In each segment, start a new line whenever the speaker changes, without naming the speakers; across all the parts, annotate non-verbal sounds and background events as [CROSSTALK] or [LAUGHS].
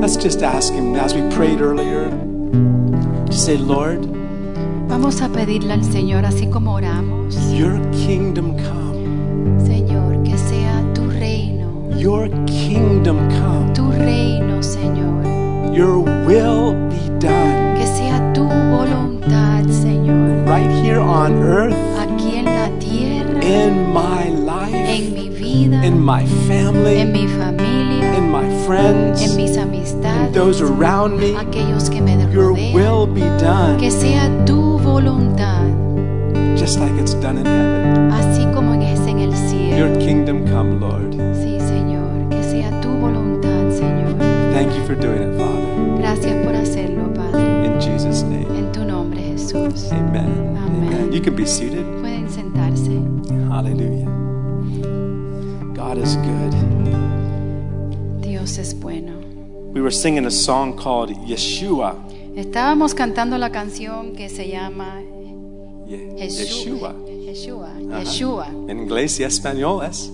Let's just ask Him as we prayed earlier to say, Lord,
Vamos a pedirle al Señor, así como oramos,
your kingdom come.
Señor, que sea tu reino,
Your kingdom come.
tu reino, Señor,
Your will be done
que sea tu voluntad, Señor,
right here on earth,
aquí en la tierra,
in my
en
life,
mi vida,
in my
en
family,
mi familia,
in my
en
friends,
mis
in
amistades,
those around me.
aquellos que me
Your
rodean,
will be
que
done
sea tu voluntad,
just like it's done in heaven.
así como es en el cielo.
Your kingdom come, Lord.
Sí, Señor, que sea tu voluntad, Señor.
Thank you for doing it, Father.
Gracias por hacerlo, Padre.
In Jesus' name.
En tu nombre, Jesús.
Amen. Amen. You can be seated.
Pueden sentarse.
Hallelujah. God is good.
Dios es bueno.
We were singing a song called Yeshua.
Estábamos cantando la canción que se llama
Ye-
Jesús.
Yeshua.
Yeshua. Yeshua.
In Inglés y español es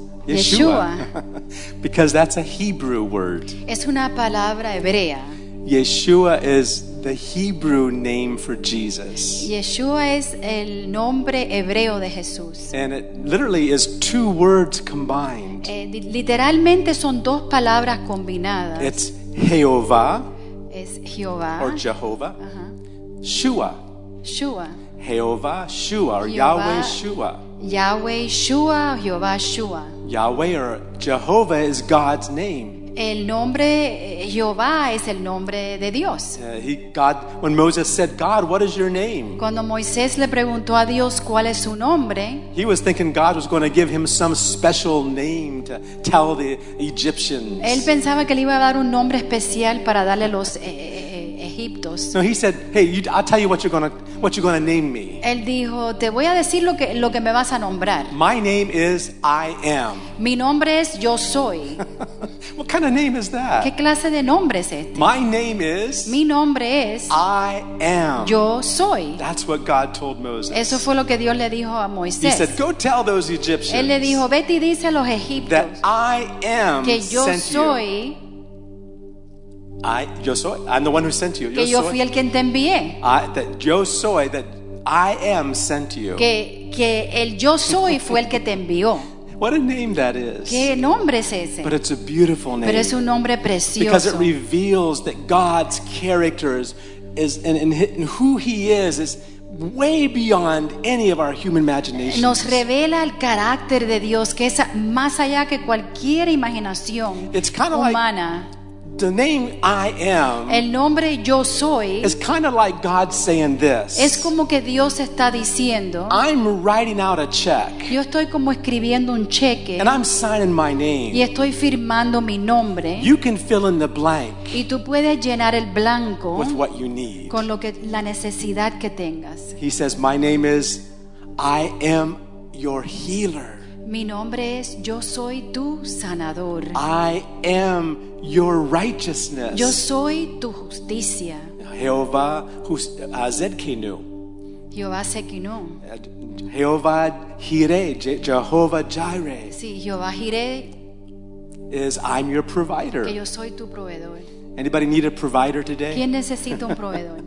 [LAUGHS]
Yeshua.
because that's a Hebrew word.
Es una palabra hebrea.
Yeshua is the Hebrew name for Jesus.
Yeshua es el nombre hebreo de Jesús.
And it literally is two words combined.
Eh, li- literalmente son dos palabras combinadas.
It's Jehovah
Es Jehová.
or Jehovah,
Ajá.
Shua.
Shua.
Jehovah, Shua, or
Jehová.
Yahweh, Shua.
Yahweh Shua o Jehová Shua.
Yahweh or Jehovah is God's name.
El nombre eh, Jehová es el nombre de Dios.
Uh, he, God, when Moses said, God, what is your name?
Cuando Moisés le preguntó a Dios cuál es su nombre,
He was thinking God was going to give him some special name to tell the Egyptians.
él pensaba que le iba a dar un nombre especial para darle a los eh, eh, eh, egiptos.
so he said, Hey, you, I'll tell you what you're going to what you're going to name me.
Él dijo, te voy a decir lo que, lo que me vas a nombrar.
My name is I am. [LAUGHS]
Mi nombre es Yo Soy.
what kind of name is
¿Qué
that?
clase de nombre es este?
My name is
Mi nombre es
I am.
Yo Soy.
That's what God told Moses.
Eso fue lo que Dios le dijo a
he said,
Moisés.
Go tell those Egyptians
Él le dijo, vete y dice a los
that
egipcios
I am
que yo
sent you.
soy,
I, yo soy. I'm the one who sent you.
que
yo
yo
soy.
fui el quien te envié.
I, that yo soy, that I am sent you.
Que, que el yo soy fue el que te envió.
What a name that is. [LAUGHS]
¿Qué nombre es ese?
But it's a beautiful name.
Pero es un nombre
because it
precioso.
reveals that God's character is, is and, and, hi- and who He is is way beyond any of our human imaginations.
Nos revela el carácter de Dios que es más allá que cualquier imaginación
It's kinda like-
humana.
the name I am
El nombre yo soy
is kind of like God saying this.
es como que Dios está diciendo,
I'm writing out a check
yo estoy como escribiendo un cheque
and I'm signing my name.
y estoy firmando mi nombre
You can fill in the blank
y tú puedes llenar el blanco
with what you need.
con lo que la necesidad que tengas.
He says, My name is I am your healer.
Mi nombre es yo soy tu sanador.
I am your righteousness.
Yo soy tu justicia.
Jehovah Hus- uh, Zedkenu.
Jehová Sequinón.
Uh, Jehovah Jireh, Je- Jehovah Jireh
Sí, Jehová Jiré,
is I'm your
que
provider.
yo soy tu proveedor.
Anybody need a provider today?
¿Quién necesita un proveedor?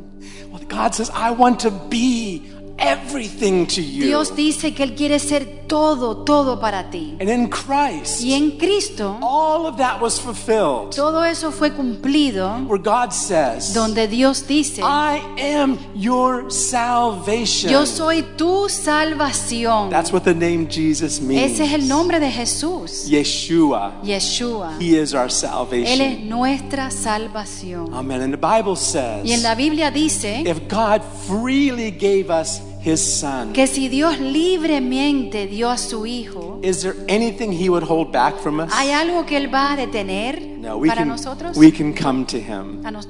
Well, God says, I want to be everything to you.
Dios dice que Él quiere ser todo, todo para ti.
And in Christ,
Y en Cristo,
all of that was fulfilled.
todo eso fue cumplido
Where God says,
donde Dios dice,
I am your salvation.
yo soy tu salvación.
That's what the name Jesus means.
Ese es el nombre de Jesús,
Yeshua.
Yeshua.
He is our
Él es
salvation.
nuestra salvación.
Amen. And the Bible says
Y en la Biblia dice
if God freely gave us his son,
que si Dios libremente dio a su Hijo,
is there anything he would hold back from us?
¿hay algo que Él va a detener
No, we
para
can
nosotros?
we can come to him.
a nos-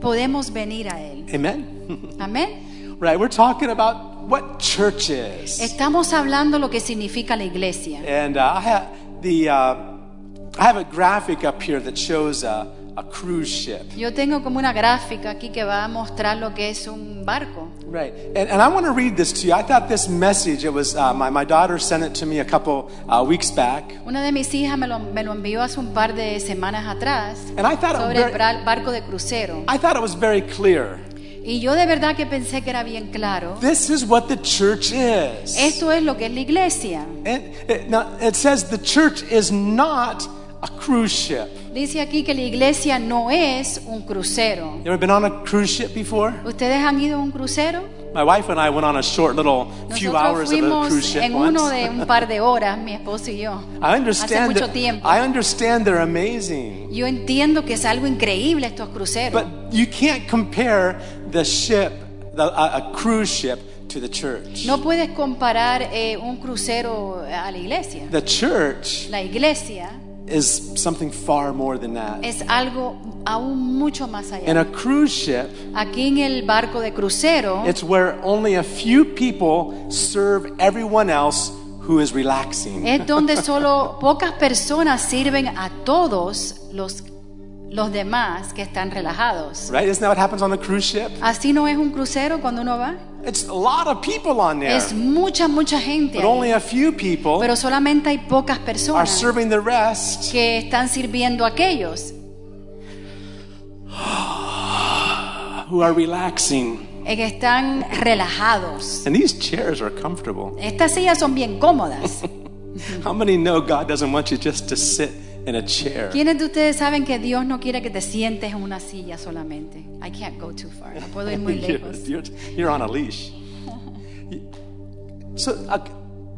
podemos venir a Él.
Amen. [LAUGHS]
Amén.
right, we're talking about what church is.
Estamos hablando lo que significa la iglesia.
And uh, I have the uh, I have a graphic up here that shows uh, a cruise ship.
Yo tengo como una gráfica aquí que va a mostrar lo que es un barco.
Right. And, and I want to read this to you. I thought this message, it was uh, my, my daughter sent it to me a couple uh, weeks back.
Una de mis hijas me lo, me lo envió hace un par de semanas atrás
And I thought it
sobre el
very-
bra- barco de crucero.
I thought it was very clear.
Y yo de verdad que pensé que era bien claro.
This is what the church is.
Esto es lo que es la iglesia.
And it, now it says the church is not a cruise ship.
Dice aquí que la iglesia no es un crucero.
You ever been on a cruise ship before?
¿Ustedes han ido a un crucero?
My wife and I went on a short little few
Nosotros
hours of a cruise
fuimos
ship
en
once.
uno de un par de horas, mi esposo y yo.
I
Hace
understand
mucho
that-
tiempo.
I understand they're amazing.
Yo entiendo que es algo increíble estos cruceros,
But you can't compare the ship, the, a, a cruise ship to the church.
no puedes comparar eh, un crucero a la iglesia.
The church
La iglesia
is something far more than that.
es algo aún mucho más
In
allá.
a cruise ship,
Aquí en el barco de crucero
It's where only a few people serve everyone else who is relaxing.
es donde
[LAUGHS]
solo pocas personas sirven a todos los, los demás que están relajados.
Right? Isn't that what happens on a cruise ship?
Así no es un crucero cuando uno va.
It's a lot of people on there,
Es mucha, mucha gente.
but
ahí.
only a few people
Pero solamente hay pocas
are
personas
serving the rest.
que están sirviendo a aquellos
Who are relaxing.
eh, que están relajados.
And these chairs are comfortable.
Estas sillas son bien cómodas.
How many know God doesn't want you just to sit in a chair?
¿Quiénes de ustedes saben que Dios no quiere que te sientes en una silla solamente? I can't go too far. No puedo ir muy
[LAUGHS] You're,
lejos.
you're- you're on a leash. So, uh,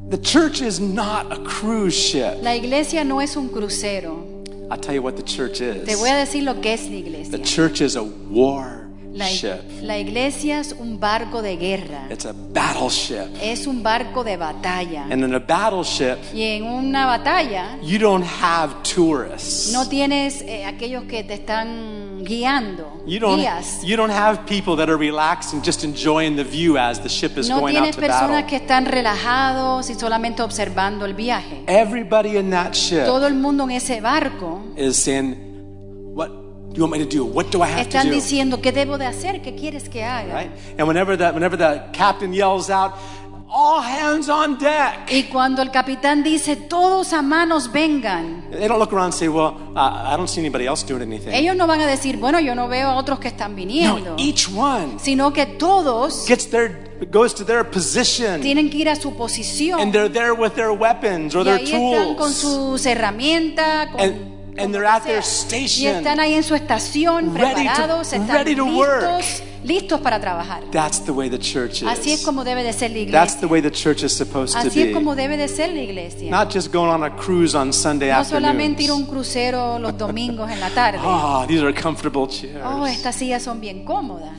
the church is not a cruise ship.
La iglesia no es un crucero.
I'll tell you what the church is.
Te voy a decir lo que es la
The
iglesia.
church is a war
La, ig-
ship.
la iglesia es un barco de guerra.
It's a battleship.
Es un barco de batalla.
And in a battleship,
Y en una batalla
you don't have tourists.
no tienes eh, aquellos que te están guiando,
You don't,
guías.
you don't have people that are relaxed and just enjoying the view as the ship is
No
going out
tienes
to
personas
battle.
que están relajados y solamente observando el viaje.
Everybody in that ship
Todo el mundo en ese barco
is saying, What do you want me to do? What do I have to
están
do?
diciendo, ¿qué debo de hacer? ¿Qué quieres que haga?
Right? And whenever the, whenever the captain yells out, All hands on deck!
Y cuando el capitán dice, todos a manos vengan,
They don't look around and say, Well, uh, I don't see anybody else doing anything.
ellos no van a decir, bueno, yo no veo a otros que están
No,
viniendo,
each one
sino que todos
gets their goes to their position
tienen que ir a su
and
posición.
they're there with their weapons or
Y
their
ahí están con
tools
sus herramientas, con,
And-
con
and
lo
they're
que
at their
sea. y
station.
están ahí en su
Ready
estación,
to-
preparados, están
ready to work.
listos, listos para trabajar.
that's the way the church
Así es
is
como debe de ser la
that's
iglesia.
the way the church is supposed to
Así es como
be
debe de ser la iglesia.
not just going on a cruise on Sunday
No solamente ir a
afternoon
un crucero los domingos en la tarde.
[LAUGHS] oh these are comfortable
Oh,
chairs
estas sillas son bien cómodas.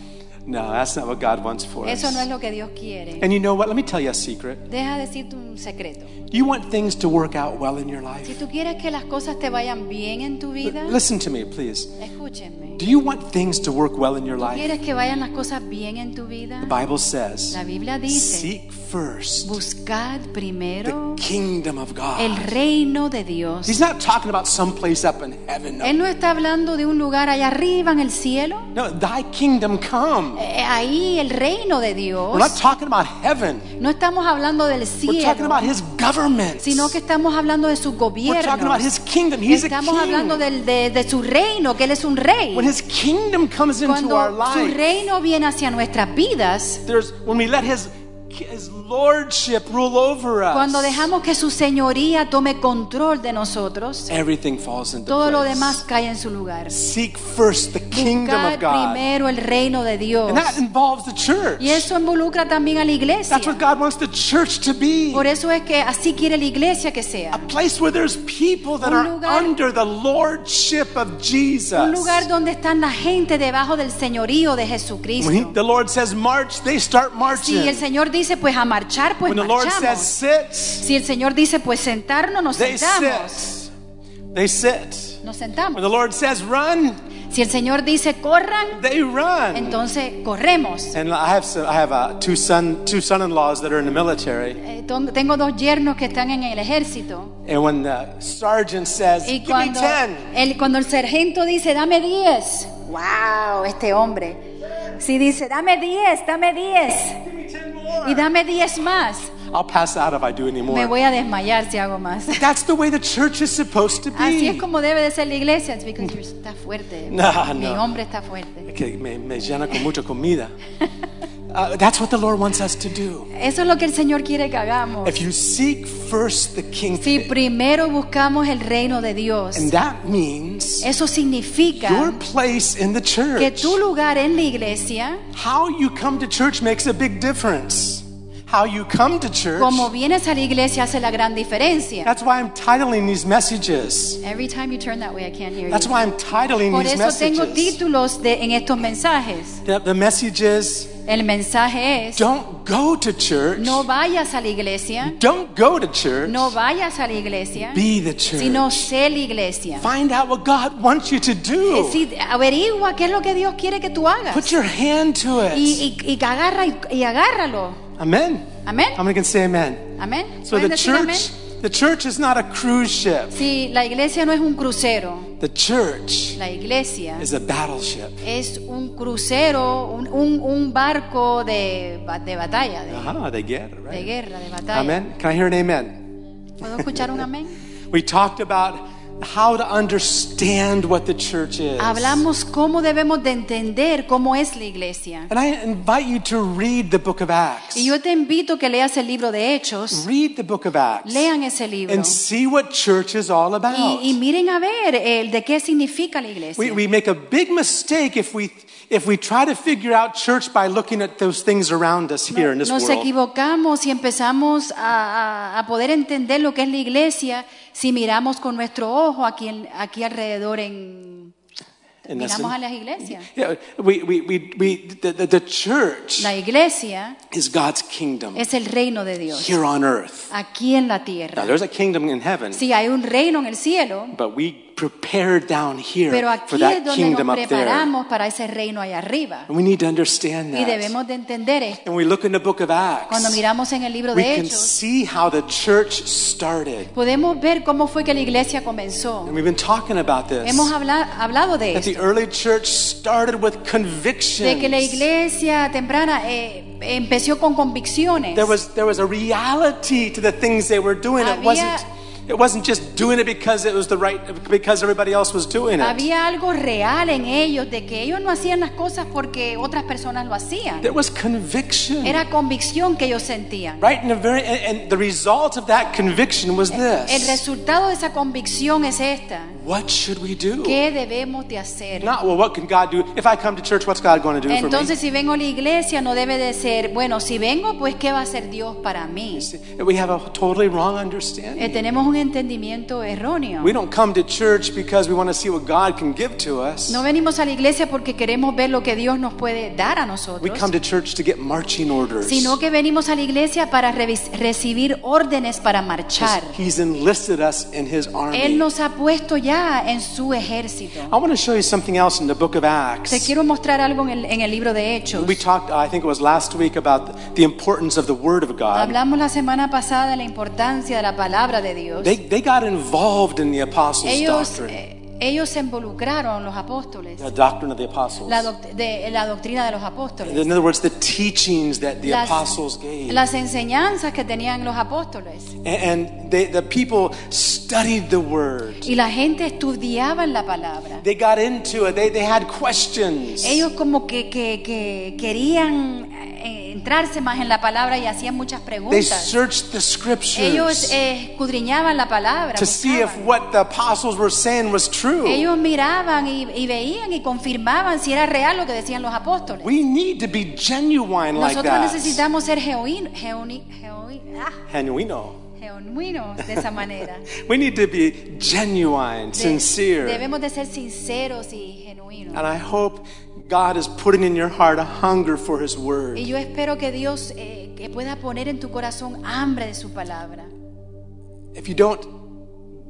no that's not what God wants for us
Eso no es lo que Dios quiere.
and you know what let me tell you a secret
Deja de decirte un secreto.
you want things to work out well in your
Si
life
tú quieres que las cosas te vayan bien en tu vida,
listen to me please
escúchenme.
do you want things to work well in your life
¿Quieres que vayan las cosas bien en tu vida?
the Bible says
La Biblia dice,
seek first
buscad
the
primero
kingdom of God
el reino de Dios.
He's not talking about someplace up in heaven. No,
Él no está hablando de un lugar allá arriba en el cielo.
No, thy kingdom come.
Eh, Ahí el reino de
We're not
Dios.
talking about heaven.
No estamos hablando del
We're talking
cielo,
about his government.
sino que estamos hablando de su
We're talking
gobierno.
about his kingdom. He's a
Estamos hablando
king.
del- de, de su reino, que Él es un rey.
When his kingdom comes into our
Cuando su
life,
reino viene hacia nuestras vidas,
there's when we let his his lordship rule over us.
cuando dejamos que su señoría tome control de nosotros,
everything falls into
todo lo
place.
demás cae en su lugar.
Seek first the kingdom
Buscar
of God.
primero el reino de Dios.
And that involves the church.
Y eso involucra también a la iglesia.
That's what God wants the church to be.
Por eso es que así quiere la iglesia que
A
sea.
place where there's people that
Un
are
lugar-
under the lordship of Jesus.
Un lugar donde están la gente debajo del señorío de
when he-
Jesucristo.
the Lord says march, they start marching.
Si el Señor dice pues a marchar, pues
when the Lord says sit,
marchamos. Si el Señor dice pues sentarnos, nos
they
sentamos.
sit. They sit.
Nos
When
sentamos.
the Lord says run,
Si el Señor dice corran,
they run.
entonces corremos.
And I have some, I have uh, two son two son-in-laws that are in the military,
Eh, ton- Tengo dos yernos que están en el ejército.
and when the sergeant says,
Y
"Give me
cuando
ten,
el, cuando el sargento dice, dame 10, wow, este hombre. Si dice, dame 10, dame 10
give me ten more,"
y dame 10 más,
I'll pass out if I do any
me
more.
voy a desmayar si hago más.
That's the way the church is supposed to
Así es
be.
como debe de ser la iglesia, it's because you're- está fuerte.
No,
Mi
no.
hombre está fuerte.
Que me, me llena con mucha
[LAUGHS]
comida. Uh, that's what the Lord wants us to do.
Eso es lo que el Señor quiere que hagamos.
If you seek first the
Si
kingdom,
primero buscamos el reino de Dios,
and that means
eso
your
significa
place in the
que
church.
tu lugar en la iglesia,
How you come to church makes a big difference. How you come to church.
como vienes a la iglesia, hace la gran diferencia.
That's why I'm titling these messages.
Every time you turn that way, I can't hear
That's
you.
why I'm titling
Por
these
eso tengo
messages.
títulos de, en estos mensajes.
The, the message is
El mensaje es,
don't go to church.
no vayas a la iglesia,
Don't go to church.
no vayas a la iglesia,
Be the church.
sino sé la iglesia.
Find out what God wants you to
Eh,
do.
sí, averigua qué es lo que Dios quiere que tú
Put
hagas.
your hand to it.
Y, y, y agarra y, y agárralo.
Amen.
Amén.
How many can say amen?
Amén.
So
¿Pueden
the
decir amén?
church, the church is not a cruise ship.
Si la iglesia no es un crucero,
The church
la iglesia
is a battleship.
es un crucero, un, un- un barco de, ba- de batalla, de,
Ah, they get it,
de
right?
guerra, de batalla.
Amen. Can I hear an amen?
¿Puedo escuchar un amén?
We talked about how to understand what the church is.
Hablamos cómo debemos de entender cómo es la iglesia.
And I invite you to read the book of Acts.
Y yo te invito que leas el libro de Hechos,
Read the book of Acts
lean ese libro
and see what church is all
y,
about.
y miren a ver el de qué significa la
We,
iglesia.
we make a big mistake if we, if we try to figure out church by looking at those things around us here in this
Nos
world.
equivocamos y empezamos a, a- a poder entender lo que es la iglesia si miramos con nuestro ojo aquí, en- aquí alrededor en...
In this-
Miramos a las iglesias.
yeah, we, we, we, we, the, the, the church
La iglesia
is God's kingdom
es el reino de Dios,
here on earth.
aquí en la
Now,
tierra.
there's a kingdom in heaven,
Sí, hay un reino en el cielo,
but we prepare down here
pero
for
aquí es
that
donde
kingdom
nos
up there. And
preparamos para ese reino allá arriba.
we need to understand
Y
that.
debemos de entender esto.
And we look in the book of
Cuando
Acts,
miramos en el libro
we
de
can
Hechos,
see how the church started.
podemos ver cómo fue que la iglesia comenzó.
And we've been talking about this.
Hemos habla- hablado de
That
esto.
the early church started with
de que la
convictions.
iglesia temprana eh, empezó con convicciones.
There was, there was a reality to the things they were doing. It
Había-
wasn't, it wasn't just doing it because it was the right, because everybody else was doing it.
Había algo real en ellos de que ellos no hacían las cosas porque otras personas lo hacían.
There was conviction.
Era convicción que ellos sentían.
Right, and the very and, and the result of that conviction was
El
this:
resultado de esa convicción es esta.
What should we do?
¿Qué debemos de hacer?
Not well. What can God do? If I come to church, what's God going to do
Entonces, si vengo a la iglesia, no debe de ser, bueno, si vengo, pues ¿qué va a hacer Dios para mí?
for me? We have a totally wrong
Eh,
understanding.
tenemos un entendimiento erróneo.
We don't come to church because we want to see what God can give to us.
No venimos a la iglesia porque queremos ver lo que Dios nos puede dar a
We
nosotros.
come to church to get marching orders.
sino que venimos a la iglesia para revis- recibir órdenes para marchar.
He's enlisted us in His
Él
army.
nos ha puesto ya en su ejército.
I want to show you something else in the Book of
Te
Acts.
quiero mostrar algo en el, en el libro de Hechos.
We talked, I think it was last week, about the importance of the Word of God.
Hablamos la semana pasada de la importancia de la palabra de Dios.
They, they got involved in the apostles'
Ellos,
doctrine.
eh, ellos se involucraron, los apóstoles,
The doctrine of the apostles.
la, doc- de, la doctrina de los apóstoles,
In other words, the teachings that the
Las-
apostles gave.
las enseñanzas que tenían los apóstoles.
And- and they, the people studied the word.
Y la gente estudiaba la palabra.
They got into it. They, they had questions.
Ellos como que, que- que querían eh, entrarse más en la palabra y hacían muchas
They
preguntas.
searched the
Ellos
scriptures
eh, escudriñaban la palabra.
to see if
buscaban.
what the apostles were saying was true.
Ellos miraban y, y veían y confirmaban si era real lo que decían los apóstoles.
We need to be genuine like
Nosotros
that.
necesitamos ser genuin- genuin- genuin- ah,
And we know.
genuinos de
[LAUGHS]
esa manera.
We need to be genuine,
De-
sincere.
Debemos de ser sinceros y genuinos.
And I hope God is putting in your heart a hunger for His word.
Y yo espero que Dios eh, que pueda poner en tu corazón hambre de su palabra.
If you don't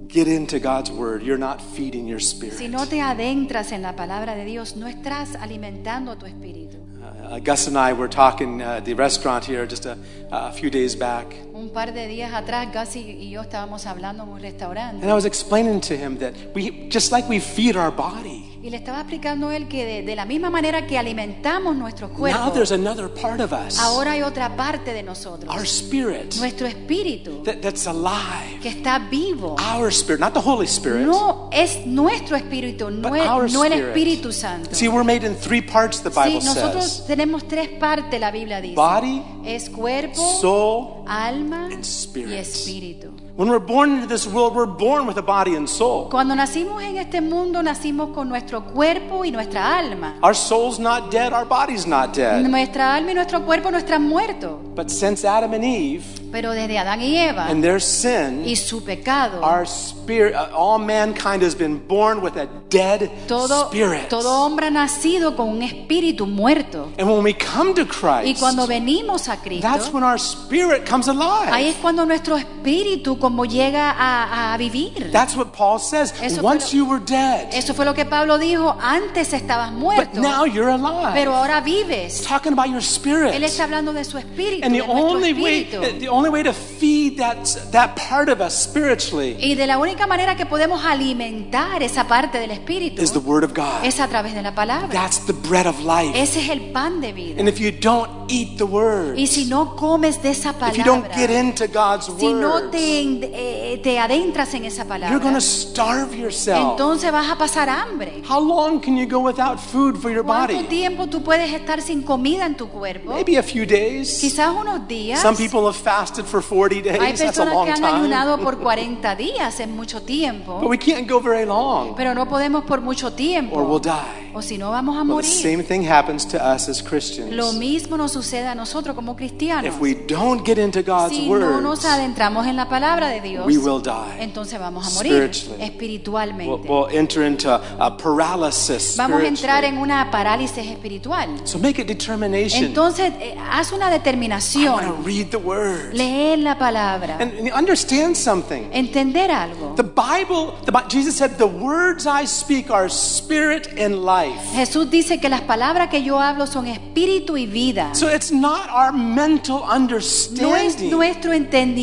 get into God's word, you're not feeding your spirit.
Si no te adentras en la palabra de Dios, no estás alimentando tu espíritu.
Uh, Gus and I were talking uh, at the restaurant here just a, a few days back,
Un par de días atrás, Gassi y yo estábamos hablando en un restaurante
and I was explaining to him that we just like we feed our body.
y le estaba explicando a él que de, de la misma manera que alimentamos nuestros
Now there's
cuerpos,
another part of us,
ahora hay otra parte de
our
nosotros,
spirit,
nuestro espíritu,
that, that's alive.
que está vivo.
Our spirit, not the Holy Spirit.
No es nuestro espíritu,
But
no,
our
es- no el
spirit.
Espíritu Santo.
See, we're made in three parts, the
Sí,
Bible
nosotros
says
tenemos tres partes, la Biblia dice.
body,
es cuerpo,
soul.
alma
and spirit.
y espíritu.
When we're born into this world, we're born with a body and soul.
Cuando nacimos en este mundo, nacimos con nuestro cuerpo y nuestra alma.
Our soul's not dead, our body's not dead.
Nuestra alma y nuestro cuerpo no están muertos.
But since Adam and Eve
Pero desde Adán y Eva
and their sin,
y su pecado,
our spirit, uh, all mankind has been born with a dead
todo,
spirit.
todo hombre ha nacido con un espíritu muerto.
And when we come to
Y
Christ,
cuando venimos a
that's
Cristo,
when our spirit comes
ahí
alive.
es cuando nuestro espíritu como llega a, a vivir.
That's what Paul says.
Eso fue
Once
lo-
you were dead,
Eso fue lo que Pablo dijo, antes estabas
but
muerto,
now you're alive.
pero ahora vives.
It's talking about your spirit.
Él está hablando de su espíritu,
And
de
the
nuestro
only way
espíritu.
the only way to feed that that part of us spiritually
Y de la única manera que podemos alimentar esa parte del espíritu
is the word of God.
es a través de la palabra.
That's the bread of life.
Ese es el pan de vida.
And if you don't eat the word,
Y si no comes de esa
if you don't
palabra,
get into God's
si no
word,
te, en- eh, te adentras en esa
you're going
palabra,
to starve yourself.
entonces vas a pasar hambre.
How long can you go without food for your
¿Cuánto
body?
tiempo tú puedes estar sin comida en tu cuerpo?
Maybe a few days.
Quizás unos días.
Some people have fasted for 40
Hay
days. That's a
personas que
long
han
time.
ayunado por 40 días, es mucho
But
tiempo,
we can't go very long
pero no podemos por mucho
or we'll
tiempo,
die.
o si no vamos a
Well, the
morir.
same thing happens to us as
Lo
Christians.
mismo nos sucede a nosotros como cristianos.
If we don't get into God's
Si no
word,
nos adentramos en la palabra de Dios,
we will die.
entonces vamos a morir
Spiritually. We'll,
espiritualmente.
we'll enter into a paralysis.
Vamos a entrar en
spiritually.
una parálisis espiritual.
So make a determination.
Entonces, eh, haz una
I want to
determinación,
read the word
leer la palabra,
and, and understand something.
entender algo.
The Bible, the, Bi- Jesus said, "The words I speak are spirit and life."
Jesús dice que las palabras que yo hablo son espíritu y vida.
So it's not our mental
No es
understanding
nuestro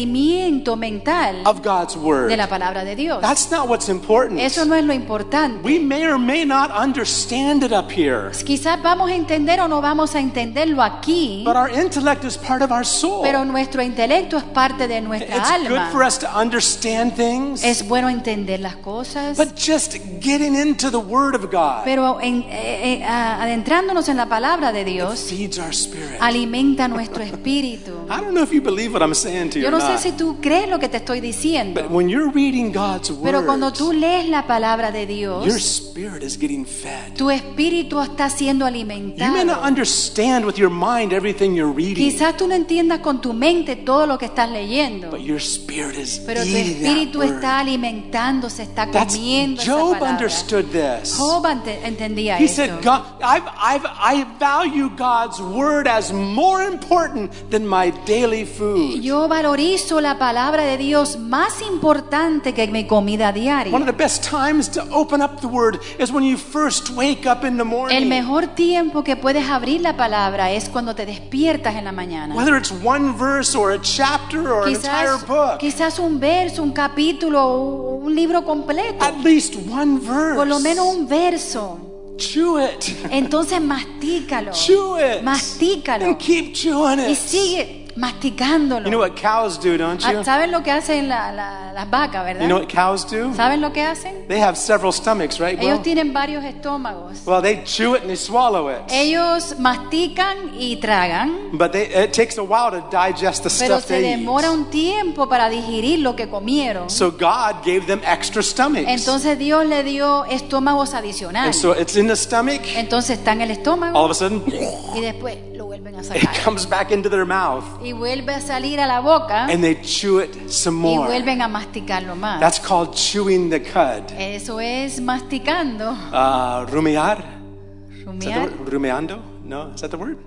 entendimiento mental
of God's
de
word.
la palabra de Dios.
That's not what's important.
Eso no es lo importante.
We may or may not understand it up here,
Quizás vamos a entender o no vamos a entenderlo aquí,
but our intellect is part of our soul.
pero nuestro intelecto es parte de nuestra
It's good for
alma.
us to understand things,
Es bueno entender las cosas,
but just getting into the Word of God
pero en- eh, eh, a- adentrándonos en la palabra de Dios
feeds our spirit.
alimenta nuestro espíritu.
I don't know if you believe what I'm saying to you
Yo
or
no sé
not,
si tú crees lo que te estoy
but
diciendo,
when you're reading God's
pero cuando tú
Word,
lees la palabra de
your
Dios,
spirit is getting fed.
tu espíritu está siendo
You may not
alimentado.
understand with your mind everything you're reading,
Quizás tú no entiendas con tu mente todo lo que estás leyendo.
but your spirit is
Pero tu
eating that
espíritu está
Word.
alimentándose, está
That's
comiendo esa
Job
palabra.
understood this.
Job ante- entendía
He
esto.
said, God, I've, I've, I value God's word as more important than my daily food.
Yo valorizo la palabra de Dios más importante que mi comida
One of
diaria.
the best times to open up the word is when you first wake up in the
El
morning.
mejor tiempo que puedes abrir la palabra es cuando te despiertas en la mañana.
Whether it's one verse or a chapter or an entire
Quizás,
book.
quizás un verso, un capítulo, o un libro completo,
At least one verse.
por lo menos un verso.
Chew it.
Entonces mastícalo,
Chew it.
mastícalo
And keep chewing it.
y sigue
You know
masticándolo.
what cows do, don't
Ah,
you?
¿Saben lo que hacen la- la- las vacas,
You know
verdad?
what cows do?
¿Saben lo que hacen?
They have several stomachs, right?
Ellos
Well,
tienen varios estómagos.
well, they chew it and they swallow it.
Ellos mastican y tragan,
But they, it takes a while to digest the
pero
stuff
se
they
demora
eat.
un tiempo para digerir lo que comieron.
So God gave them extra stomachs.
Entonces Dios le dio estómagos
and
adicionales.
so Oh. it's in the stomach.
Entonces está en el
All of
estómago
a sudden, [LAUGHS]
y después lo vuelven a
it
sacar.
comes back into their mouth
Y vuelve a salir a la boca
and they chew it some
y
more.
vuelven a masticarlo más.
That's called chewing the cud.
Eso es masticando.
Uh, rumiar? Is that
Rumiar.
the word? Rumiando? No, is that the word?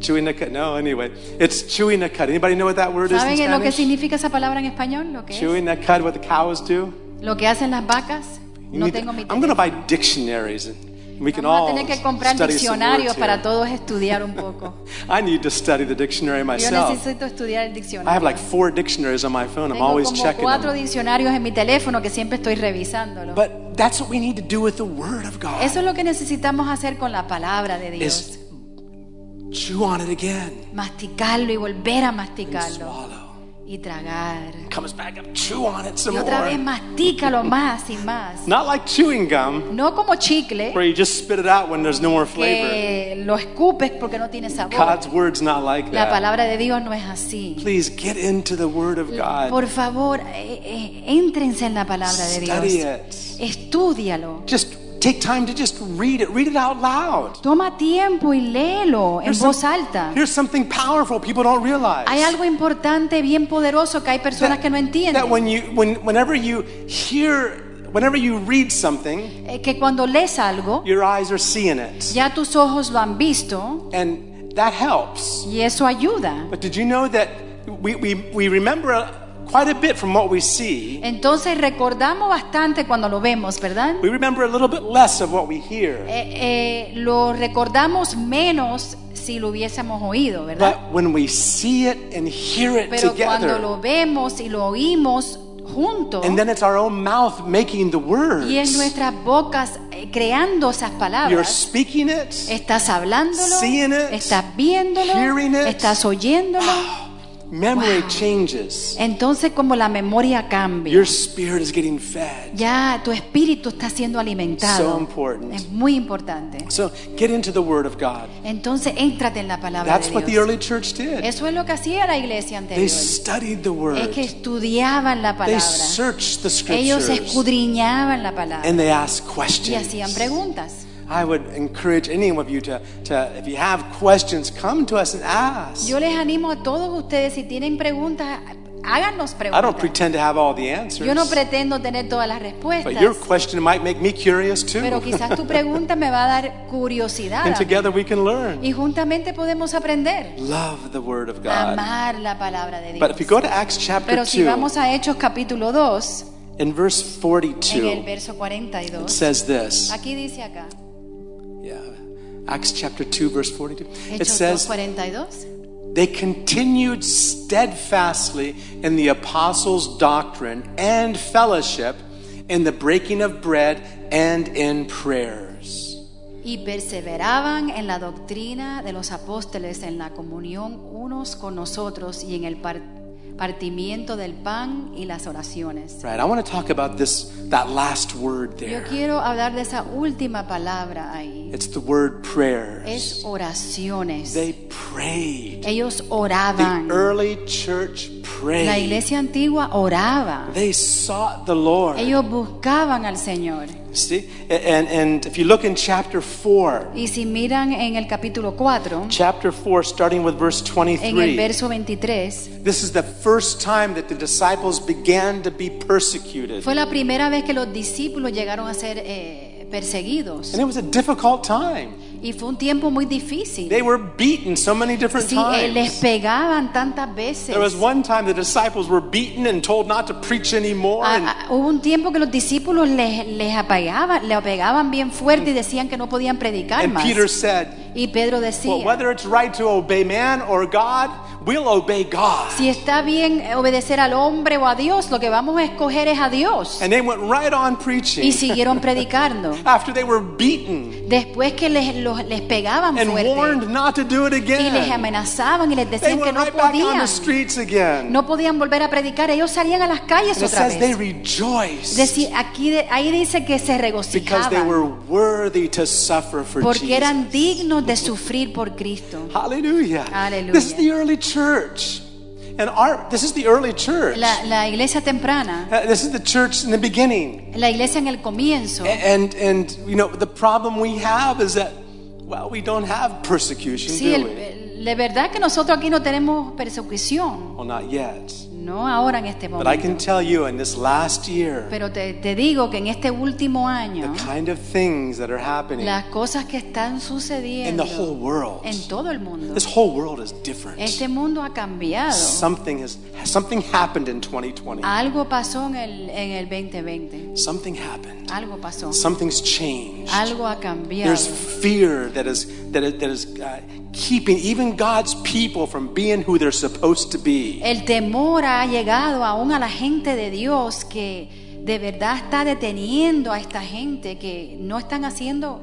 Chewing the cud. No, anyway, it's chewing the cud. Anybody know what that word is in
¿Saben lo que
Spanish?
significa esa palabra en español? Lo que es?
Chewing the cud, what the cows do?
Lo que hacen las vacas,
You
no
need-
tengo mi
I'm going to buy dictionaries and we can
Vamos
all
a tener que comprar
study some
diccionarios
words
para
here.
todos estudiar un poco.
[LAUGHS] I need to study the dictionary
Yo
myself.
necesito estudiar el
I have
diccionario.
like four dictionaries on my phone. I'm
Tengo
always
como
checking
cuatro
them.
diccionarios en mi teléfono que siempre estoy revisándolo.
But that's what we need to do with the Word of God.
Eso es lo que necesitamos hacer con la palabra de Dios.
Is chew on it again.
Masticarlo y volver a masticarlo.
Swallow.
Y tragar.
Comes back up. Chew on it some
Y otra vez
more.
mastícalo más y más.
Not like chewing gum,
No como chicle,
where you just spit it out when there's no more flavor.
que lo escupes porque no tiene sabor.
God's word's not like
La
that.
palabra de Dios no es así.
Please get into the Word of God.
Por favor, eh, eh, éntrense en la palabra de
Study
Dios.
it.
Estúdialo.
Just take time to just read it. Read it out loud.
Toma tiempo y léelo en
Here's some-
voz alta.
Here's something powerful people don't realize.
Hay algo importante, bien poderoso que hay personas que no
That
entienden.
when you, when, whenever you hear, whenever you read something,
Eh, Que cuando lees algo,
your eyes are seeing it,
ya tus ojos lo han visto
and that helps.
y eso ayuda.
But did you know that we we, we remember quite a bit from what we see.
Entonces recordamos bastante cuando lo vemos, ¿verdad?
We remember a little bit less of what we hear.
Eh, eh, lo recordamos menos si lo hubiésemos oído, ¿verdad?
But when we see it and hear it
Pero cuando
together,
lo vemos y lo oímos juntos,
and then it's our own mouth making the
y en
words.
nuestras bocas eh, creando esas
You're
palabras,
speaking it,
estás hablándolo,
seeing it,
estás viéndolo,
hearing it. Ah.
estás oyéndolo,
memory
Wow.
changes.
entonces como la memoria cambia,
Your spirit is getting fed.
ya tu espíritu está siendo
So
alimentado.
important.
Es muy importante.
So get into the Word of God.
Entonces, éntrate en la palabra
That's
de
what the
Dios.
early church did.
Eso es lo que hacía la iglesia
They
anterior.
studied the
es que
Word.
estudiaban la
They
palabra.
searched the
Ellos
scriptures
escudriñaban la palabra
and they asked
y hacían
questions.
preguntas.
I would encourage any of you to, to if you have questions, come to us and ask.
Yo les animo a todos ustedes, si tienen preguntas, háganos
I don't
preguntas.
pretend to have all the
Yo no
answers,
pretendo tener todas las
but your
respuestas,
question might make me curious too.
pero quizás tu pregunta me va a dar
[LAUGHS]
curiosidad.
and
a mí.
together we can learn.
Y juntamente podemos aprender
Love the Word of
a
God.
amar la palabra de
But if you
Dios.
go to Acts chapter
Pero si
2,
vamos a Hechos capítulo 2,
in verse
en el
42,
verso
it
42,
says this.
aquí dice acá,
Yeah. Acts chapter 2, verse 42. It
Hechos 2,
says,
42.
They continued steadfastly in the apostles' doctrine and fellowship, in the breaking of bread, and in prayers.
Y perseveraban en la doctrina de los apóstoles, en la comunión unos con nosotros y en el par- partimiento del pan y las oraciones.
Right, I want to talk about this, that last word
Yo
there.
quiero hablar de esa última palabra ahí.
It's the word
Es
prayers.
oraciones.
They prayed.
Ellos
The
oraban.
early church
La
prayed.
iglesia antigua oraba.
They sought the Lord.
Ellos buscaban al Señor.
See? And, and if you look in chapter 4,
Y si miran en el capítulo 4,
chapter 4, starting with verse
en el
23.
verso 23,
This is the first time that the disciples began to be persecuted.
fue la primera vez que los discípulos llegaron a ser eh, perseguidos.
And it was a difficult time.
Y fue un tiempo muy difícil.
They were beaten so many different
Sí, eh,
times.
les pegaban tantas veces.
There was one time the disciples were beaten and told not to preach anymore. And,
Ah, ah, hubo un tiempo que los discípulos les, les apagaban, les pegaban bien fuerte y decían que no podían predicar
and
ah, más.
Peter said,
Y Pedro
Well,
decía,
whether it's right to obey man or God, we'll obey God.
si está bien eh, obedecer al hombre o a Dios, lo que vamos a escoger es a Dios.
And they went right on
Y
preaching
siguieron predicando.
after they were beaten
Después que les, los- les pegaban
and
fuerte
warned not to do it
y les
again.
amenazaban y les
They
decían que
went
no
right back on the
podían,
streets again.
no podían volver a predicar, ellos salían a las calles
And it
otra
says they
vez.
rejoiced.
Deci- aquí de- ahí dice que se
because they
regocijaban
were worthy to suffer for
porque
Jesus.
eran dignos de sufrir por Cristo.
Hallelujah.
Hallelujah.
This is the early church. And our this is the early church.
La, la iglesia temprana,
Uh, This is the church in the beginning.
la iglesia en el comienzo.
A- And and you know the problem we have is that well we don't have persecution,
Sí,
do
el-
we?
el- la verdad que nosotros aquí no tenemos persecución,
Well, not yet.
no ahora en este
But I
momento.
can tell you in this last year,
Pero te, te digo que en este último
the
año,
kind of things that are happening
las cosas que están
in
sucediendo
the whole world,
en todo el mundo,
this whole world is different.
este mundo Ah. ha cambiado.
Something has something happened in 2020.
Algo pasó en el, en el 2020.
Something happened.
Algo pasó.
Something's changed.
Algo ha cambiado.
There's fear that is that is, that is uh, keeping even God's people from being who they're supposed to be.
El temor ha llegado aún a la gente de Dios que de verdad está deteniendo a esta gente que no están haciendo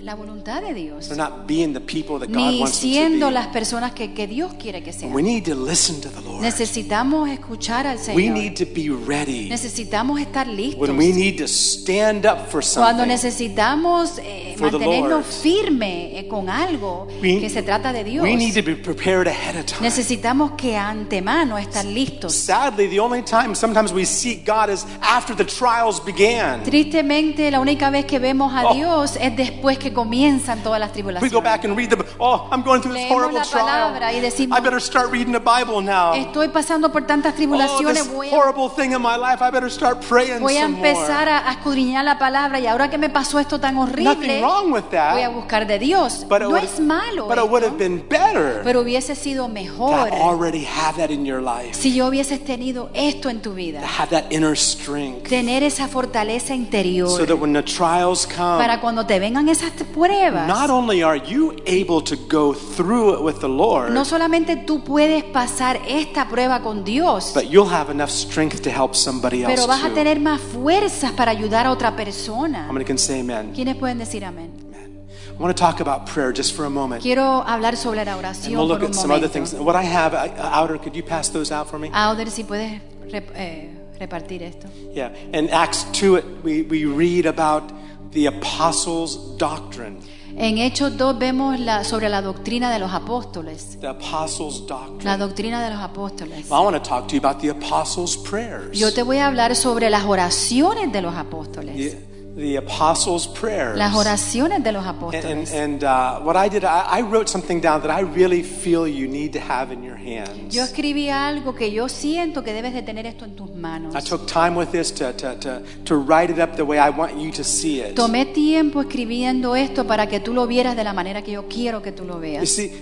la voluntad de Dios,
They're not being the people that God
ni
wants them
siendo
to
las personas que, que Dios quiere que
be.
sean.
We need to listen to the Lord.
Necesitamos escuchar al
We
Señor.
need to be ready
Necesitamos estar listos.
when we need to stand up for
Cuando
something.
necesitamos eh,
For the Lord.
mantenernos firme eh, con algo
We-
que se trata de Dios,
We need to be prepared ahead of time.
necesitamos que antemano estar listos.
Sadly, the only time sometimes we seek God is after the trials began.
Tristemente, la única vez que vemos a
Oh.
Dios es después que comienzan todas las
We go
tribulaciones.
back and read the oh, I'm going through this
Leemos
horrible
la
trial.
palabra y decimos-
I better start reading the Bible now.
Estoy pasando por
um,
tantas
Oh, this
tribulaciones, voy a,
horrible thing in my life. I better start praying
voy a
some
empezar
more.
a, a escudriñar la palabra y ahora que me pasó esto tan horrible,
Nothing wrong with that.
voy a buscar de Dios.
But it
No
would-
es malo, ¿eh?
But it would have
esto,
been better
pero hubiese sido
to
mejor
already have that in your life.
si yo hubieses tenido esto en tu
To
vida,
have that inner strength.
tener esa fortaleza
So that
interior
when the trials come,
para cuando te vengan esas
not
pruebas.
only are you able to go through it with the Lord,
No solamente tú puedes pasar esta prueba con Dios,
but you'll have enough strength to help somebody else
Pero vas a
too.
tener más fuerzas para ayudar a otra
How
persona.
many can say amen?
¿Quiénes pueden decir amén?
Amen. I want to talk about prayer just for a moment.
Quiero hablar sobre la
And
oración
we'll look
por
at
un
some other
momento.
things. What I have, I- Outer, could you pass those out for me?
Auder, si puedes rep- eh, repartir esto.
Yeah, in Acts 2, it, we, we read about the apostles' doctrine.
En Hechos 2 vemos la, sobre la doctrina de los apóstoles.
The apostles' doctrine.
La doctrina de los apóstoles.
I want to talk to you about the apostles' prayers.
Yo te voy a hablar sobre las oraciones de los
the,
apóstoles.
the apostles' prayers.
Las oraciones de los
And, and,
apóstoles.
and, uh, what I did, I, I wrote something down that I really feel you need to have in your hands.
Yo escribí algo que yo siento que debes de tener esto en tus manos.
I took time with this to, to, to, to write it up the way I want you to see it.
Tomé tiempo escribiendo esto para que tú lo vieras de la manera que yo quiero que tú lo
You
veas.
see,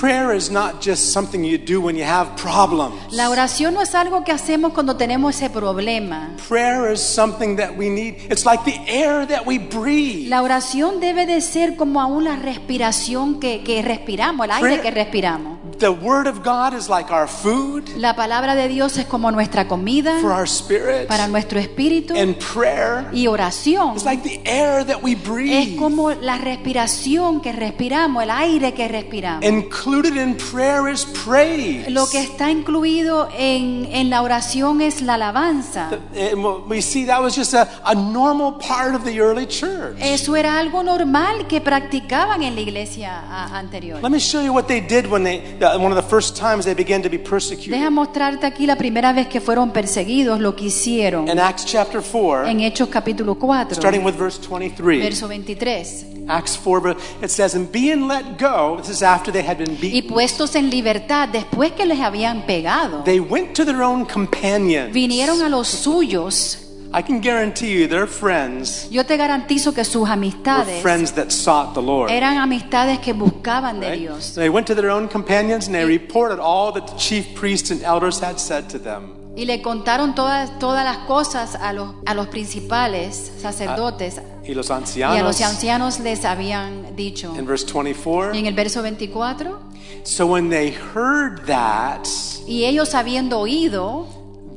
prayer is not just something you do when you have problems.
La oración no es algo que hacemos cuando tenemos ese problema.
Prayer is something that we need. It's like the air that we breathe.
La oración debe de ser como aún la respiración que, que respiramos, el aire que respiramos.
The Word of God is like our food
La palabra de Dios es como nuestra
for
comida
our spirit.
para nuestro espíritu
And prayer
y oración
is like the air that we
es
breathe.
como la respiración que respiramos, el aire que respiramos.
Included in prayer is praise.
Lo que está incluido en, en la oración es la alabanza.
And what Eh, we see that was just a, a normal part of the early church.
Eso era algo normal que practicaban en la iglesia a- anterior.
Let me show you what they did when they, uh, one of the first times they began to be persecuted.
Deja mostrarte aquí la primera vez que fueron perseguidos, lo que hicieron
In Acts chapter 4,
en Hechos capítulo 4,
uh, starting with verse 23,
verso 23.
Acts 4, ver- it says, And being let go, this is after they had been
Y
beaten,
puestos en libertad después que les habían pegado,
they went to their own companions.
vinieron a los suyos.
I can guarantee you their friends
Yo te garantizo que sus
were
amistades
friends that sought the Lord.
eran amistades que buscaban de
right?
Dios.
So they went to their own companions and they reported all that the chief priests and elders had said to them.
Y le contaron todas, todas las cosas a los, a los principales sacerdotes
Y los
y a los
ancianos.
ancianos les habían dicho.
In verse 24,
Y en el verso 24,
so when they heard that,
y ellos habiendo oído,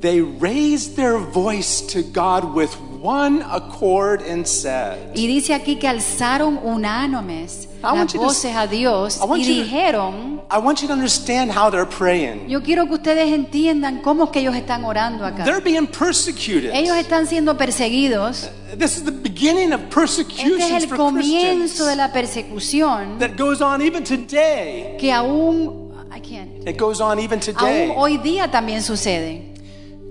They raised their voice to God with one accord and said,
Y dice aquí que alzaron unánomes
want
las
you to-
voces a Dios
I want
y
you to-
dijeron,
I want you to understand how they're praying.
yo quiero que ustedes entiendan cómo es que ellos están orando acá.
They're being persecuted.
Ellos están siendo perseguidos.
This is the beginning of
Este
persecutions
es el
for
comienzo de
Christians
la persecución
that goes on even today.
que aún, I can't,
It goes on even
aún
today.
hoy día también sucede.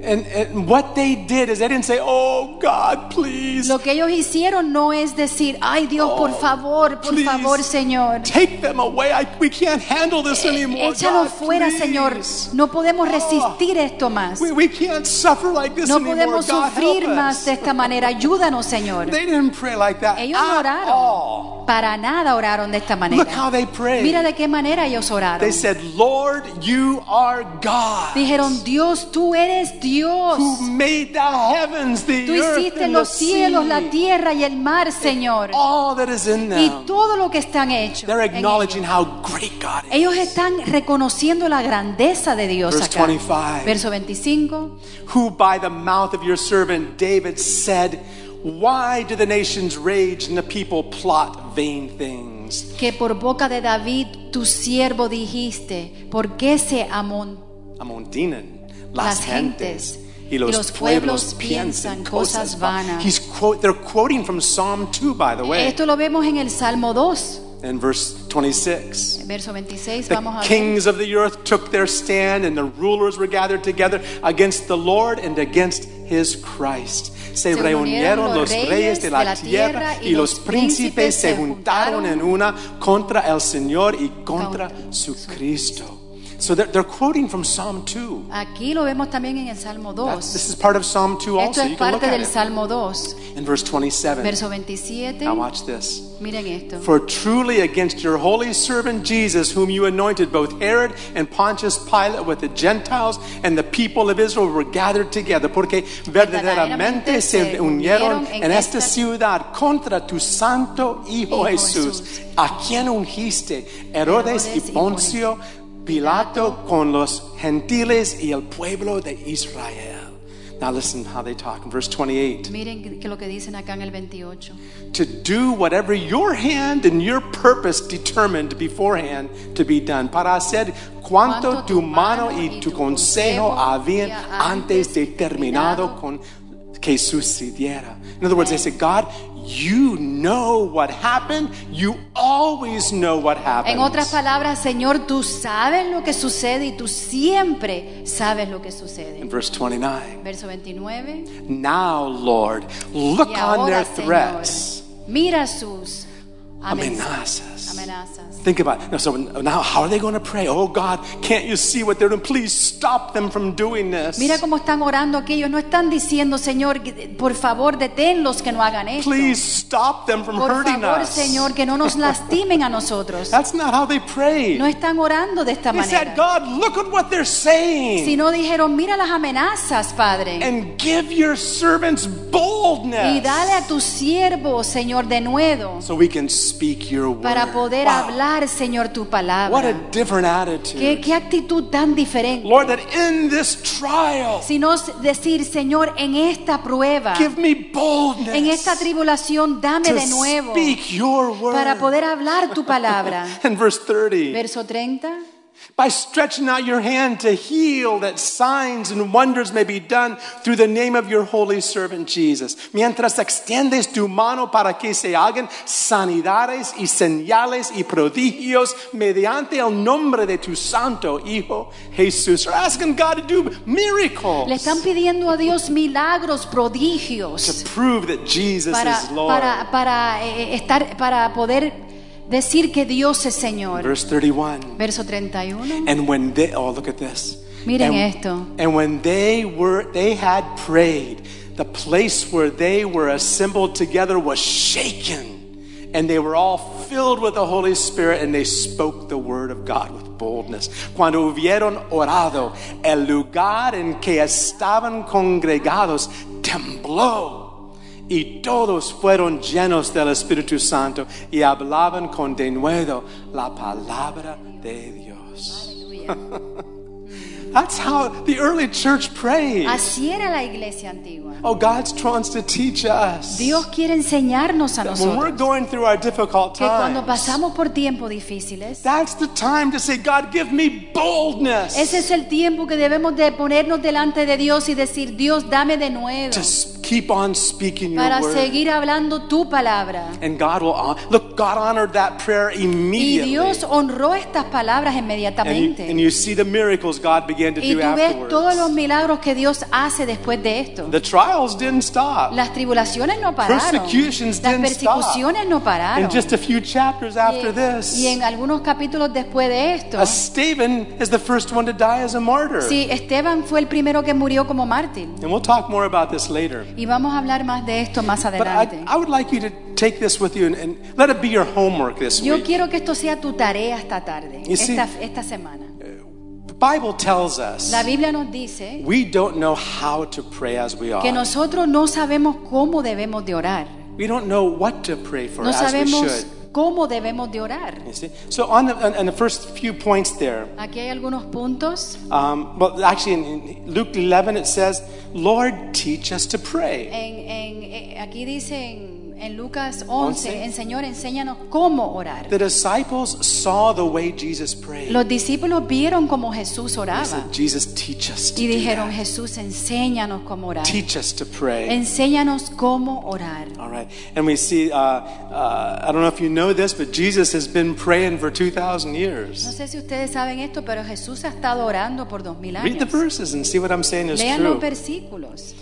And, and what they did is they didn't say, Oh God, please,
Lo que ellos hicieron no es decir, ay Dios, por
Oh,
favor, por
please.
favor, Señor.
take them away. I, we can't handle this anymore.
E-, Échalo
God,
fuera,
please. Ah.
Señor. No podemos resistir esto más.
We, we can't suffer like this
No
anymore.
podemos
God,
sufrir
help
más
us.
de esta manera. Ayúdanos, Señor.
They didn't pray like that
Ellos no
at all.
oraron. Para nada oraron de esta
Look how
manera.
they prayed.
Mira de qué manera ellos oraron.
They said, Lord, you are God.
Dijeron, Dios, tú eres Dios.
who made the heavens, the
Tú
earth,
hiciste
and
los
the
cielos,
sea,
la tierra y el mar, Señor.
all that is in
Y
them.
todo lo que están hecho.
They're
en
acknowledging
ellos.
how great God is.
Ellos están reconociendo la grandeza de Dios
Verse
acá.
25.
Verso 25.
Who by the mouth of your servant David said, Why do the nations rage and the people plot vain things?
Que por boca de David, tu siervo, dijiste, ¿por qué se amontonan?
Amontinan
Las
las
gentes
gentes. Y los,
y los pueblos
pueblos
piensan
piensan
cosas
cosas
vanas.
vanas. He's quote, they're quoting from Psalm 2, by the way,
Esto lo vemos en el Salmo 2,
in verse 26.
verso 26. Vamos
The
a ver.
kings of the earth took their stand, and the rulers were gathered together against the Lord and against his Christ. Se
Se unieron
reunieron
los
los reyes de la tierra y los príncipes se juntaron en una contra el Señor y contra
Contra
su Cristo. So they're, they're quoting from Psalm 2.
Aquí lo vemos también en el Salmo
That-
2.
this is part of Psalm 2 also.
Esto es
You can look
parte
at
del
it.
Salmo 2,
In verse 27.
verso 27.
Now watch this.
Miren esto.
For truly against your holy servant Jesus, whom you anointed, both Herod and Pontius Pilate with the Gentiles and the people of Israel were gathered together, porque verdaderamente se unieron en esta ciudad contra tu santo Hijo
Hijo
Jesús,
Jesús.
a quien ungiste Herodes y
Herodes y
Poncio Pilato con los gentiles y el pueblo de Israel. Now listen how they talk in verse 28
Miren que- que lo que dicen acá en el 28.
to do whatever your hand and your purpose determined beforehand to be done. Para hacer cuanto tu mano y tu consejo habían antes determinado con que sucediera. In other words, they said, God, you know what happened. You always know what
En otras
happened.
palabras, Señor, tú sabes lo que sucede y tú siempre sabes lo que
In
sucede.
verse 29,
Verso 29.
now, Lord, look
Y
on their
ahora, Señor,
threats,
mira sus
amenazas.
amenazas. amenazas.
Think about it. Now, so now, how are they going to pray? Oh God, can't you see what they're doing? Please stop them from doing this.
Mira cómo están orando aquellos. No están diciendo, Señor, que- por favor, deténlos que no hagan esto.
Please stop them from
por
hurting
favor,
us.
Señor, que
[LAUGHS]
no nos lastimen a nosotros.
That's not how they prayed.
No están orando de esta
they said,
manera.
God, look at what they're saying,
Sino dijeron, mira las amenazas, Padre.
and give your servants boldness,
Y dale a tu siervo, Señor, de nuevo.
so we can speak your word.
Para poder
Wow.
hablar, Señor, tu
What a
palabra.
different attitude,
Qué, qué actitud tan diferente.
Lord. That in this trial,
Sino decir, Señor, en esta prueba.
give me boldness
En esta tribulación dame
to
de nuevo
speak your word.
para poder hablar tu palabra.
and verse 30.
Verso 30.
by stretching out your hand to heal, that signs and wonders may be done through the name of your holy servant Jesus. Mientras extiendes tu mano para que se hagan sanidades y señales y prodigios mediante el nombre de tu santo Hijo Jesús. They're asking God to do miracles
Le están pidiendo a Dios milagros, prodigios
to prove that Jesus
para,
is Lord.
para, para, eh, estar, para poder decir que Dios es Señor.
Verse 31.
Verso 31.
And when they, oh, look at this.
Miren
and,
esto.
And when they were, they had prayed, the place where they were assembled together was shaken, and they were all filled with the Holy Spirit, and they spoke the word of God with boldness. Cuando hubieron orado, el lugar en que estaban congregados tembló. Y todos fueron llenos del Espíritu Santo y hablaban con denuedo la palabra de Dios. That's how the early church prayed.
Así era la iglesia antigua.
Oh, God wants to teach us.
Dios quiere enseñarnos a
when we're
nosotros
going through our difficult
que cuando
times,
pasamos por tiempos difíciles,
that's the time to say, God, give me boldness
ese es el tiempo que debemos de ponernos delante de Dios y decir, Dios, dame de
to
nuevo.
s- keep on speaking your
para
word.
seguir hablando tu palabra.
And God will hon- look. God honored that prayer
Y
immediately.
Dios honró estas palabras
and, you, and
inmediatamente.
you see the miracles God began to
Y
do
tú ves
afterwards.
todos los milagros que Dios hace después de esto.
The trials didn't stop.
Las tribulaciones no pararon.
Persecutions
Las
didn't stop.
persecuciones no
In
pararon.
just a few chapters after this,
Y en algunos capítulos después de esto,
uh, Stephen is the first one to die as a martyr.
sí, Esteban fue el primero que murió como mártir.
And we'll talk more about this later.
Y vamos a hablar más de esto más
But I,
adelante.
I would like you to take this with you and, and let it be your homework this
Yo
week.
quiero que esto sea tu tarea esta tarde,
You see-
esta, esta semana.
The Bible tells us
La Biblia nos dice
we don't know how to pray as we
que
ought.
nosotros no sabemos cómo debemos de orar.
We don't know what to pray for
No
as we
sabemos
should.
cómo debemos de orar.
You see? So on the, on, on the first few points there,
Aquí hay algunos puntos.
um, well, actually in, in Luke 11 it says, "Lord, teach us to pray."
En, en- eh, aquí dice en, en Lucas 11,
Once.
el Señor, enséñanos cómo orar.
The disciples saw the way Jesus prayed.
Los discípulos vieron cómo Jesús
They
oraba
said, "Jesus, teach us to
y
do
dijeron,
that.
Jesús, enséñanos cómo orar.
Teach us to pray."
Enséñanos cómo orar.
All right, and we see. Uh, uh, I don't know if you know this, but Jesus has been praying for two thousand years.
No sé si ustedes saben esto, pero Jesús ha estado orando por dos mil
Read the
años.
verses and see what I'm saying is
Lean
true.
los versículos.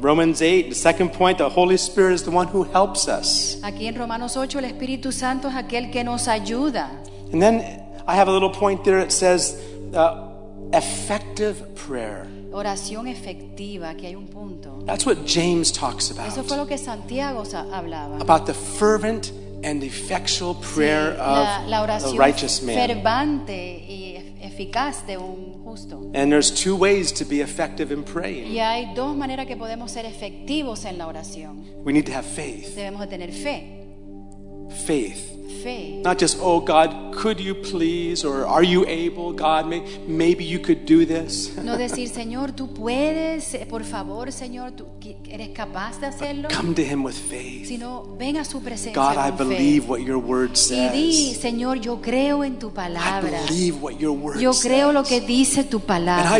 Romans 8, the second point, the Holy Spirit is the one who helps us.
Aquí en Romanos 8 el Espíritu Santo es aquel que nos ayuda.
And then I have a little point there. It says uh, effective prayer.
Oración efectiva, aquí hay un punto.
That's what James talks about.
Eso fue lo que Santiago sa- hablaba.
About the fervent and effectual prayer
la,
of
la
the
oración
righteous man.
fervante y ef- eficaz de un justo.
And there's two ways to be effective in praying.
Y hay dos maneras que podemos ser efectivos en la oración.
We need to have faith.
Debemos de tener fe.
Faith.
Fe.
Not just, oh God, could you please, or are you able, God, may, maybe you could do this.
No decir, Señor, tú puedes, eh, por favor, Señor, tú qui- eres capaz de hacerlo,
Come to Him with faith.
sino ven a su presencia
God, I
con fe.
believe what your word
Y di,
says.
Señor, yo creo en tu
I
palabra.
believe what your word
Yo creo lo que
says.
dice tu
And I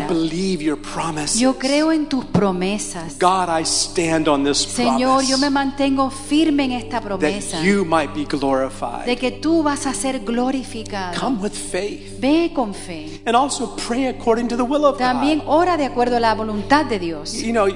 palabra.
believe your promise.
Yo creo en tus promesas.
God, I stand on this
Señor, yo me
promise
mantengo firme en esta promesa
that you might be
de
glorified.
que tú vas a ser glorificado.
Come with faith.
Ve con fe.
And also pray according to the will of
También
God.
ora de acuerdo a la voluntad de Dios.
You know,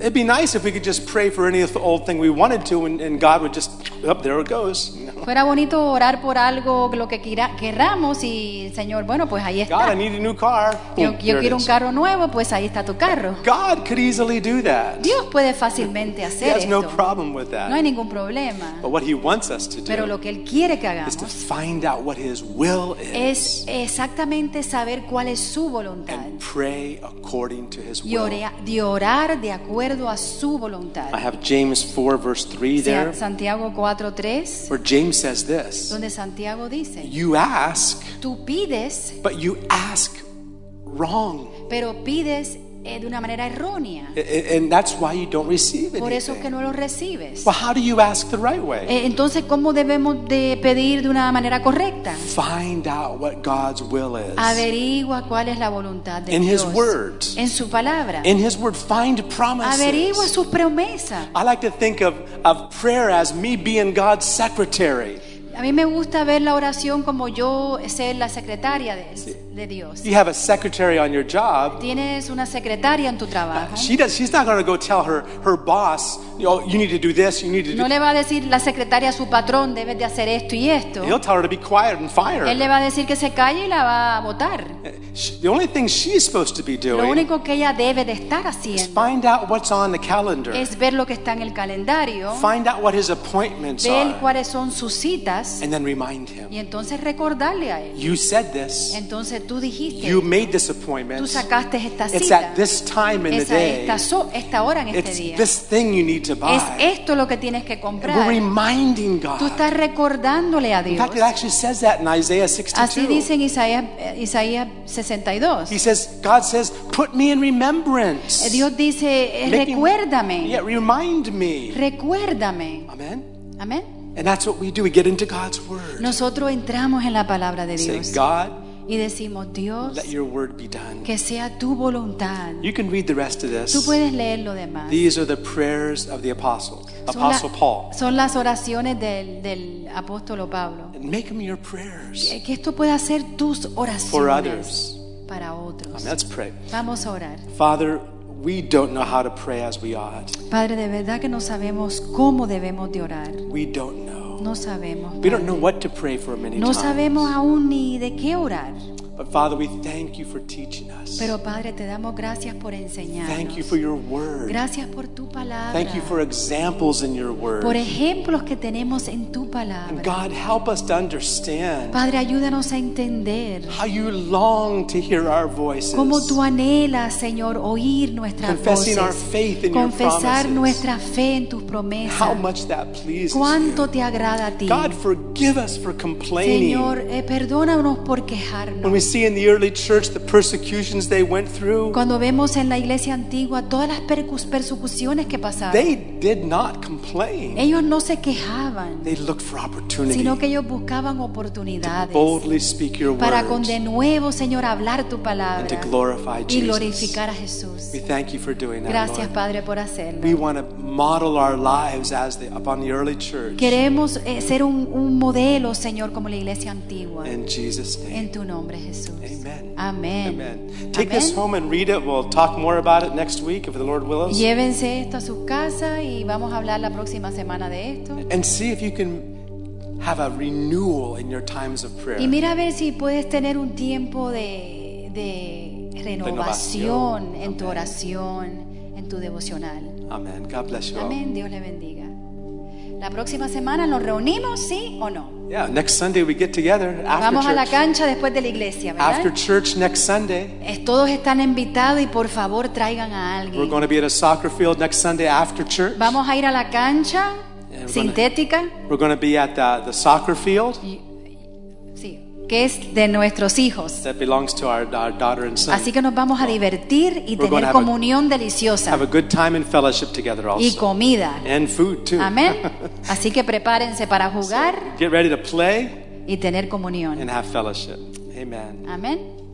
it'd be nice if we could just pray for any old thing we wanted to and, and God would just, up there it goes. you know.
Fuera bonito orar por algo, lo que quiera- querramos y Señor, bueno, pues ahí
God, I
está.
need a new car.
Yo,
Boom,
yo
there it
quiero un
is.
carro nuevo, pues ahí está tu carro.
God could easily do that.
Dios puede fácilmente
He
hacer
has no
esto.
problem with
No hay
that.
ningún problema.
But what he wants us to
Pero
do
lo que Él quiere que
is to
hagamos
find out what His will
es
is
exactamente saber cuál es su voluntad
and pray according to His
y
will.
orea- de orar de acuerdo a su voluntad.
I have James 4, verse 3
Sea-
there,
Santiago 4:3,
where James says this
donde Santiago dice,
You ask,
tú pides,
but you ask wrong.
pero pides eh, de una manera errónea.
A- a- And that's why you don't receive
Por eso es que
anything.
no lo recibes.
Well, how do you ask the right way?
Eh, Entonces, ¿cómo debemos de pedir de una manera correcta?
Find out what God's will is.
Averigua cuál es la voluntad de
In His
Dios
word.
en su palabra.
In His Word, find
Averigua
promises.
sus promesas.
I like to think of, of prayer as me being God's secretary.
A mí me gusta ver la oración como yo ser la secretaria de, de Dios.
You have a secretary on your job.
Tienes una secretaria en tu trabajo.
She does. She's not going to go tell her her boss, you know, you need to do this, you need to do.
No le va a decir la secretaria a su patrón, debes de hacer esto y esto.
He'll tell her to be quiet and fire.
Él le va a decir que se calle y la va a votar.
She- the only thing she's supposed to be
Lo
doing
único que ella debe de estar
is
haciendo
find out what's on the calendar,
es ver lo que está en el calendario,
find out what his appointments
ver
are,
cuáles son sus citas
and then remind him.
y entonces recordarle a él.
You said this.
Entonces tú dijiste,
You made this
tú
appointment.
sacaste esta
It's
cita.
at this time in the
Es a esta,
day.
so- esta hora en este
It's
día.
this thing you need to
Es
buy.
esto lo que tienes que
And We're
comprar.
reminding
Tú
God.
estás recordándole a
In
Dios.
fact, it actually says that in Isaiah
Así
62.
dice en Isaías, eh, Isaías 62.
He says, God says, put me in
Eh,
remembrance.
Dios dice, eh,
Making- Yeah,
recuérdame,
remind me.
recuérdame.
Amen.
Amén.
And that's what we do. We get into God's word.
Nosotros entramos en la palabra de
Say,
Dios
God,
y decimos, Dios,
let your word be done.
que sea tu voluntad.
You can read the rest of
Tú
this.
puedes leer lo demás.
These are the prayers of the apostle,
Son, la-
Apostle Paul.
son las oraciones del, del apóstol Pablo.
And make them your prayers.
Que que esto pueda ser tus
For
oraciones
others.
para otros.
Let's pray.
Vamos a orar.
Father, we don't know how to pray as we ought.
Padre, de verdad que no sabemos cómo debemos de orar.
We don't know.
No sabemos.
We don't know what to pray for many
No sabemos
times.
aún ni de qué orar.
But Father, we thank you for teaching us.
Pero Padre, te damos gracias por
Thank you for
enseñarnos.
your word.
Gracias por tu palabra.
Thank you for examples in your
Por
word.
ejemplos que tenemos en tu
And
palabra.
God, help us to understand
Padre, ayúdanos a entender
how you long to hear our voices.
cómo tú anhelas, Señor, oír nuestras
Confessing
voces.
our faith in your
Confesar
promises.
nuestra fe en tus promesas.
How much that pleases
Cuánto
you.
te agrada a ti.
God, forgive us for complaining.
Señor, eh, perdónanos por
When we
quejarnos.
see in the early church the persecutions they went through,
Cuando vemos en la iglesia antigua todas las percus- persecuciones que pasaron,
they did not complain.
ellos no se quejaban,
They looked for opportunity
sino que ellos buscaban
to
oportunidades
boldly speak your
para con
word
de nuevo, Señor, hablar tu palabra
and to glorify
y
Jesus.
glorificar a Jesús.
We thank you for doing that,
Gracias,
Lord.
Padre, por
We
hacerlo.
want to model our lives as the, upon the early church.
Queremos eh, ser un, un modelo, Señor, como la iglesia antigua.
In Jesus' name.
En tu nombre, Jesús.
Amen.
Amén.
Amen. Take this
Amén.
home and read it. We'll talk more about it next week if the Lord wills.
Llévense esto a sus casas y vamos a hablar la próxima semana de esto.
And see if you can have a renewal in your times of prayer.
Y mira a ver si puedes tener un tiempo de, de renovación
Renovación.
en tu
Amén.
oración, en tu devocional.
Amen. God bless you all.
Amén, Dios le bendiga. La próxima semana nos reunimos, ¿sí o no?
Yeah, next Sunday we get together after
Vamos a la
church.
cancha después de la iglesia,
After
¿verdad?
church next Sunday,
Es- Todos están invitados y por favor traigan a
we're
alguien.
going to be at a soccer field next Sunday after church.
Vamos a ir a la cancha
And we're
sintética,
We're going to be at the, the soccer field
y- sí, que es de nuestros hijos.
that belongs to our, our daughter and son.
Así que nos vamos a divertir y
We're gonna
tener
have a-
comunión
Have a
deliciosa
good time and fellowship together
y
also.
comida.
And food too.
Amén.
[LAUGHS]
Así que prepárense para jugar
Get ready to play
y tener comunión.
and have fellowship. Amen.
Amén.